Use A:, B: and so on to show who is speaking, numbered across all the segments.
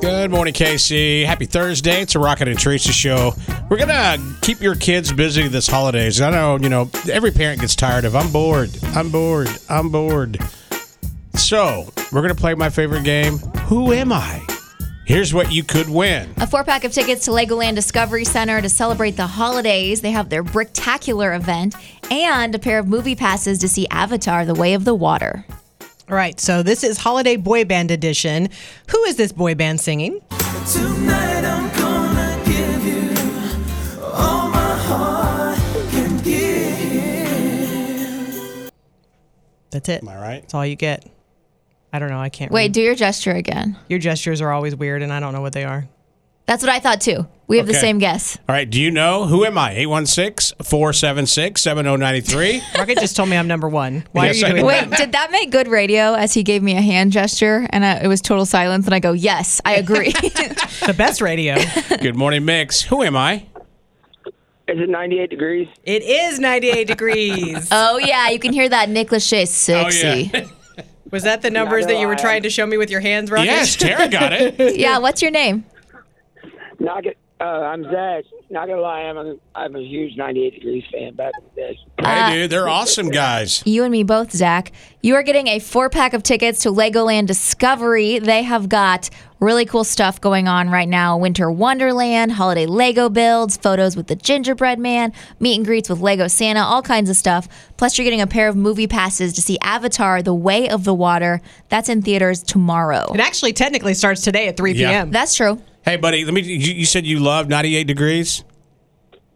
A: Good morning, Casey. Happy Thursday. It's a Rocket and Teresa show. We're gonna keep your kids busy this holidays. I know, you know, every parent gets tired of I'm bored, I'm bored, I'm bored. So we're gonna play my favorite game. Who am I? Here's what you could win.
B: A four pack of tickets to Legoland Discovery Center to celebrate the holidays. They have their Bricktacular event and a pair of movie passes to see Avatar The Way of the Water.
C: All right, so this is Holiday Boy Band Edition. Who is this boy band singing?
D: Tonight I'm gonna give you all my heart can give.
C: That's it.
A: Am I right?
C: That's all you get. I don't know. I can't.
B: Wait,
C: read.
B: do your gesture again.
C: your gestures are always weird, and I don't know what they are.
B: That's what I thought too. We have the
A: Okay.
B: same guess.
A: All right, do you know who am I? 816 476 7093.
C: Rocket just told me I'm number one. Why
A: Yes, I
C: are you doing
A: know.
B: Wait, did that make good radio as he gave me a hand gesture and I, it was total silence? And I go, yes, I agree.
C: that? The best radio.
A: Good morning, Mix. Who am I?
E: Is it 98 degrees?
C: it is 98 degrees.
B: oh, yeah, you can hear that Nick Lachey sexy.
A: Oh,
C: Was that the numbers that you were
E: I-
C: trying to show me with your hands,
A: yeah.
C: Rocket?
A: yes, Tara got it.
B: yeah. what's your name?
E: Not get, uh, I'm Zach. Not gonna lie, I'm a, I'm a huge 98 degrees fan back in the day.
A: Hey, dude, they're awesome guys.
B: you and me both, Zach. You are getting a four pack of tickets to Legoland Discovery. They have got really cool stuff going on right now Winter Wonderland, holiday Lego builds, photos with the gingerbread man, meet and greets with Lego Santa, all kinds of stuff. Plus, you're getting a pair of movie passes to see Avatar The Way of the Water. That's in theaters tomorrow.
C: It actually technically starts today at 3
A: Yeah.
C: p.m.
B: That's true.
A: Hey, buddy, let me. You, you said you love 98 Degrees?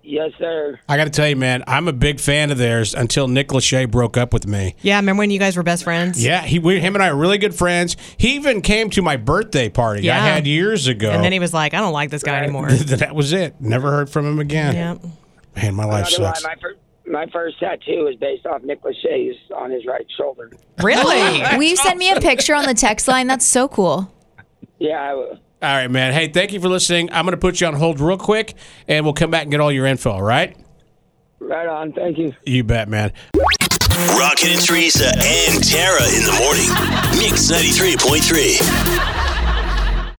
E: Yes, sir.
A: I got to tell you, man, I'm a big fan of theirs until Nick Lachey broke up with me.
C: yeah, remember when you guys were best friends?
A: Yeah, he, we, him and I are really good friends. He even came to my birthday party I
C: Yeah.
A: had years ago.
C: And then he was like, I don't like this guy anymore.
A: that was it. Never heard from him again.
C: yeah.
A: Man, my life
E: Not gonna lie,
A: sucks.
E: my first my first tattoo is based off Nick Lachey's on his right shoulder.
C: Really?
B: Will you send me a picture on the text line? That's so cool.
E: Yeah, I, w-
A: All right, man. Hey, thank you for listening. I'm going to put you on hold real quick, and we'll come back and get all your info. All right?
E: right on. Thank you.
A: You bet, man.
F: Rocket and Teresa and Tara in the morning. Mix 93.3.